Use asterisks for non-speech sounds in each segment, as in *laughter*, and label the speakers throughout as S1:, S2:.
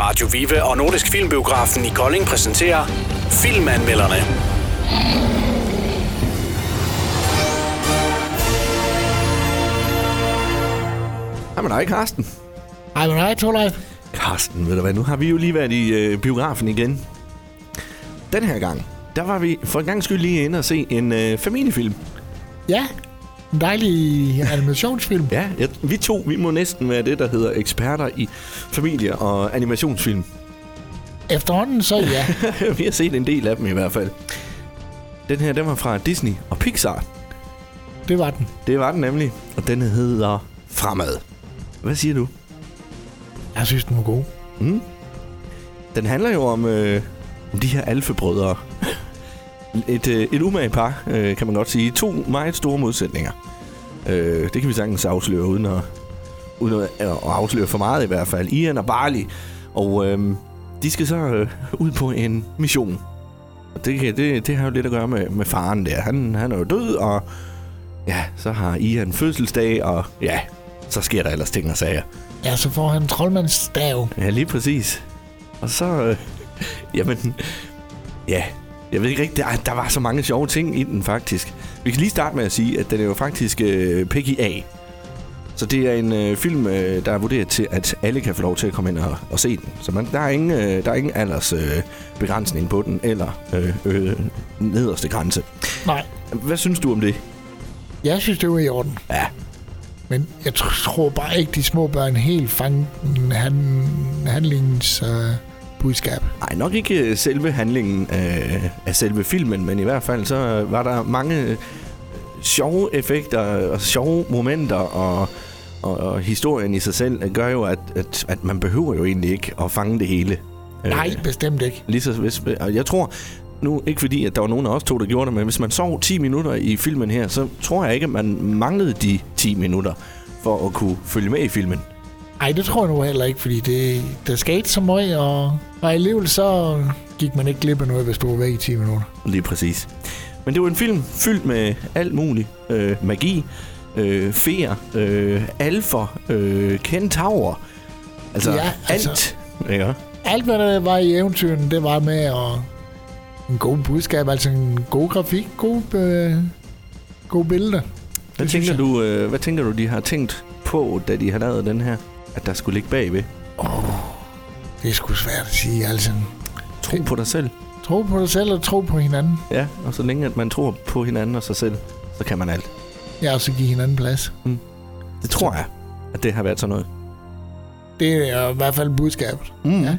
S1: Radio Vive og Nordisk Filmbiografen i Kolding præsenterer Filmanmelderne.
S2: Jamen dig, Karsten.
S3: Ej, men nej, Torleif.
S2: Karsten, ved du hvad, nu har vi jo lige været i øh, biografen igen. Den her gang, der var vi for en gang skyld lige inde og se en øh, familiefilm.
S3: Ja, en dejlig animationsfilm.
S2: Ja, jeg, vi to, vi må næsten være det, der hedder eksperter i familie- og animationsfilm.
S3: Efterhånden så *laughs* ja.
S2: *laughs* vi har set en del af dem i hvert fald. Den her, den var fra Disney og Pixar.
S3: Det var den.
S2: Det var den nemlig, og den hedder Fremad. Hvad siger du?
S3: Jeg synes, den var god.
S2: Den handler jo om, øh, om de her alfebrødre. Et, øh, et umage par, øh, kan man godt sige. To meget store modsætninger. Øh, det kan vi sagtens afsløre, uden at, uden at, at afsløre for meget i hvert fald. Ian og Barley. Og øh, de skal så øh, ud på en mission. Og det, kan- det, det har jo lidt at gøre med, med faren der. Han, han er jo død, og ja, så har Ian fødselsdag, og ja, så sker der ellers ting og sager.
S3: Ja, så får han en troldmandsstav.
S2: Ja, lige præcis. Og så... Øh, *laughs* jamen... Ja, jeg ved ikke rigtigt. Der, der var så mange sjove ting i den, faktisk. Vi kan lige starte med at sige, at den er jo faktisk øh, PGA. Så det er en øh, film, øh, der er vurderet til, at alle kan få lov til at komme ind og, og se den. Så man, der, er ingen, øh, der er ingen aldersbegrænsning øh, begrænsning på den, eller øh, øh, nederste grænse.
S3: Nej,
S2: Hvad synes du om det?
S3: jeg synes, det var i orden.
S2: Ja,
S3: Men jeg tr- tror bare ikke, de små børn helt fangede den han- handlingens øh, budskab.
S2: Nej, nok ikke øh, selve handlingen øh, af selve filmen, men i hvert fald så øh, var der mange øh, sjove effekter og sjove momenter, og, og, og historien i sig selv øh, gør jo, at, at, at man behøver jo egentlig ikke at fange det hele. Øh,
S3: Nej, bestemt ikke.
S2: Lige så, hvis, og jeg tror, nu ikke fordi, at der var nogen af os to, der gjorde det, men hvis man sov 10 minutter i filmen her, så tror jeg ikke, at man manglede de 10 minutter for at kunne følge med i filmen.
S3: Nej, det tror jeg nu heller ikke, fordi det, der skete så meget, og, og alligevel så gik man ikke glip af noget, hvis du var væk i 10 minutter.
S2: Lige præcis. Men det var en film fyldt med alt muligt. Øh, magi, øh, feer, øh, alfer, øh, kentaurer. Altså, ja,
S3: Ja,
S2: altså
S3: altså-
S2: alt. Ikke?
S3: Alt, hvad der var i eventyren, det var med og en god budskab, altså en god grafik, gode, øh, gode billeder.
S2: Hvad,
S3: Det synes
S2: tænker
S3: jeg.
S2: du, øh, hvad tænker du, de har tænkt på, da de har lavet den her? At der skulle ligge bagved.
S3: Det er sgu svært at sige, altså.
S2: Tro på dig selv.
S3: Tro på dig selv og tro på hinanden.
S2: Ja, og så længe at man tror på hinanden og sig selv, så kan man alt.
S3: Ja, og så give hinanden plads.
S2: Det tror jeg, at det har været sådan noget.
S3: Det er i hvert fald budskabet.
S2: Mm.
S3: Ja.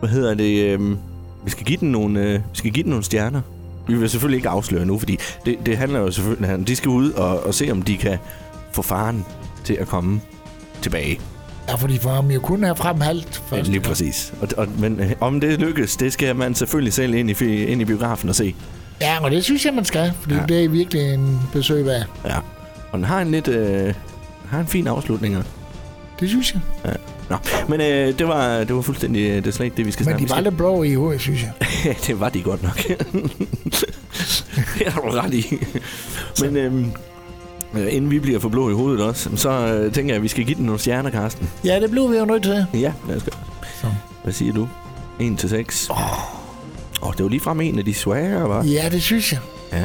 S2: Hvad hedder det? øhm, vi, skal give den nogle, øh, vi skal give den nogle stjerner. Vi vil selvfølgelig ikke afsløre nu, fordi det, det handler jo selvfølgelig om, de skal ud og, og se, om de kan få faren til at komme tilbage.
S3: Ja, fordi for ham jo kun have frem halvt først.
S2: Lige præcis. Og, og, men øh, om det lykkes, det skal man selvfølgelig selv ind i, fi- ind i biografen og se.
S3: Ja, og det synes jeg, man skal, fordi
S2: Ja.
S3: ja. det er virkelig en besøg værd.
S2: Ja. Og den har en lidt... Øh, har en fin afslutning.
S3: Det synes jeg.
S2: Ja. Nå, men øh, det, var, det var fuldstændig øh, det er slet ikke det, vi skal
S3: Men
S2: snakke
S3: de var lidt blå i hovedet, synes
S2: *laughs*
S3: jeg.
S2: Ja, det var de godt *laughs* nok. det har du ret i. Men øhm, øh, inden vi bliver for blå i hovedet også, så øh, tænker jeg, at vi skal give den nogle stjerner, Karsten.
S3: Ja, det blev vi jo nødt til.
S2: Ja, lad os gøre.
S3: Så.
S2: Hvad siger du? 1 til 6. Åh, oh. oh, det var lige frem en af de svære, var.
S3: Ja, det synes jeg.
S2: Ja.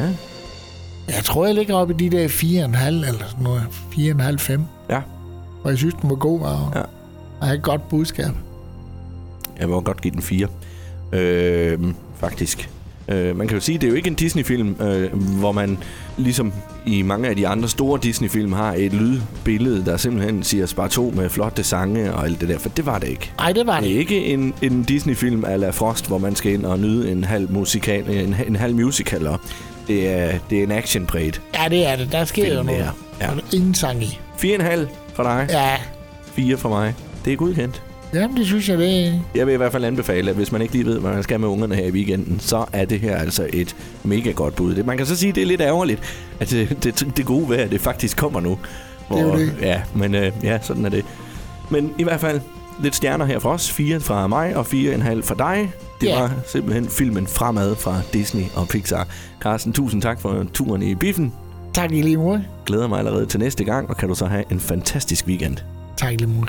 S3: Jeg tror, jeg ligger oppe i de der 4,5 eller sådan noget. 4,5-5.
S2: Ja.
S3: Og jeg synes, den var god og,
S2: Ja.
S3: ja. og havde et godt budskab.
S2: Jeg vil godt give den 4. Øh, faktisk. Øh, man kan jo sige, det er jo ikke en Disney-film, øh, hvor man ligesom i mange af de andre store Disney-film har et lydbillede, der simpelthen siger spar to med flotte sange og alt det der, for det var det ikke.
S3: Nej, det var
S2: Det
S3: det.
S2: er ikke en, en Disney-film ala Frost, hvor man skal ind og nyde en halv musikal, en, en halv musical op. Det er, det er en action-præget
S3: Ja, det er det. Der sker jo
S2: film, det
S3: noget.
S2: her. Ja.
S3: Og der er ingen sang i.
S2: Fire og en halv for dig,
S3: Ja.
S2: fire for mig. Det er godkendt.
S3: Jamen, det synes jeg, det er...
S2: Jeg vil i hvert fald anbefale, at hvis man ikke lige ved, hvad man skal med ungerne her i weekenden, så er det her altså et mega godt bud. Det- Man kan så sige, at det er lidt ærgerligt, at det, det, det gode vejr, det faktisk kommer nu.
S3: er jo det.
S2: Ja, men øh, ja, sådan er det. Men i hvert fald lidt stjerner her fra os. Fire fra mig og fire og en halv fra dig. Det
S3: Ja.
S2: var simpelthen filmen Fremad fra Disney og Pixar. Carsten, tusind tak for turen i biffen.
S3: Tak i lige måde.
S2: Glæder mig allerede til næste gang, og kan du så have en fantastisk weekend.
S3: Tak i lige måde.